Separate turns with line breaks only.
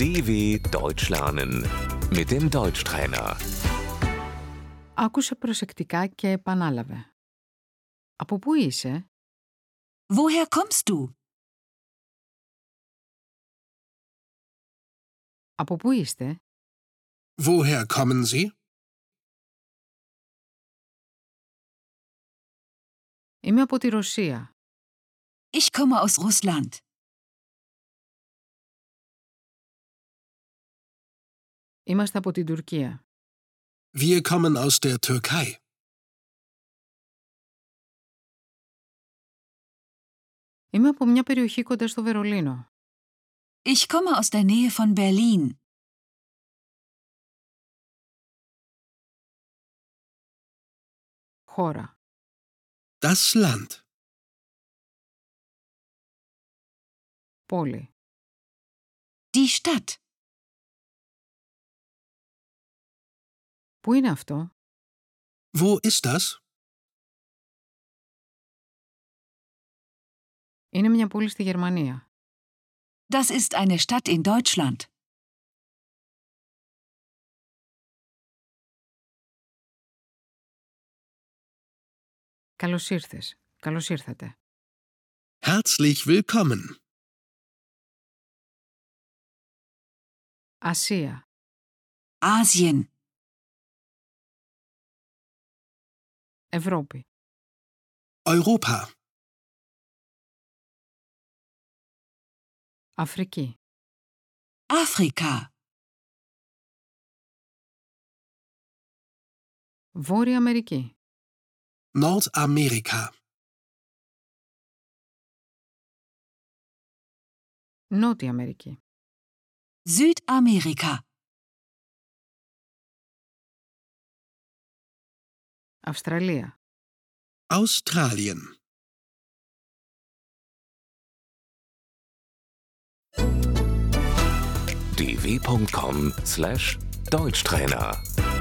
DW Deutsch lernen mit dem Deutschtrainer.
Άκουσε προσεκτικά και επανάλαβε. Από πού είσαι?
Woher kommst du?
Από πού είστε?
Woher kommen Sie?
Είμαι από τη Ρωσία.
Ich komme aus Russland.
Είμαστε από την Τουρκία.
Wir kommen aus der Türkei.
Είμαι από μια περιοχή κοντά στο Βερολίνο.
Ich komme aus der Nähe von Berlin.
Χώρα.
Das Land.
Πόλη.
Die Stadt.
Πού είναι αυτό?
Wo ist das?
Είναι μια πόλη στη Γερμανία.
Das ist eine Stadt in Deutschland.
Καλώς ήρθες. Καλώς ήρθατε.
Herzlich willkommen.
Ασία.
Asien.
Ευρώπη.
Europa.
Αφρική.
Afrika.
Βόρεια Αμερική.
Nordamerika.
Νότια Αμερική.
Südamerika.
Αυστραλία.
Australien.
dw.com/deutschtrainer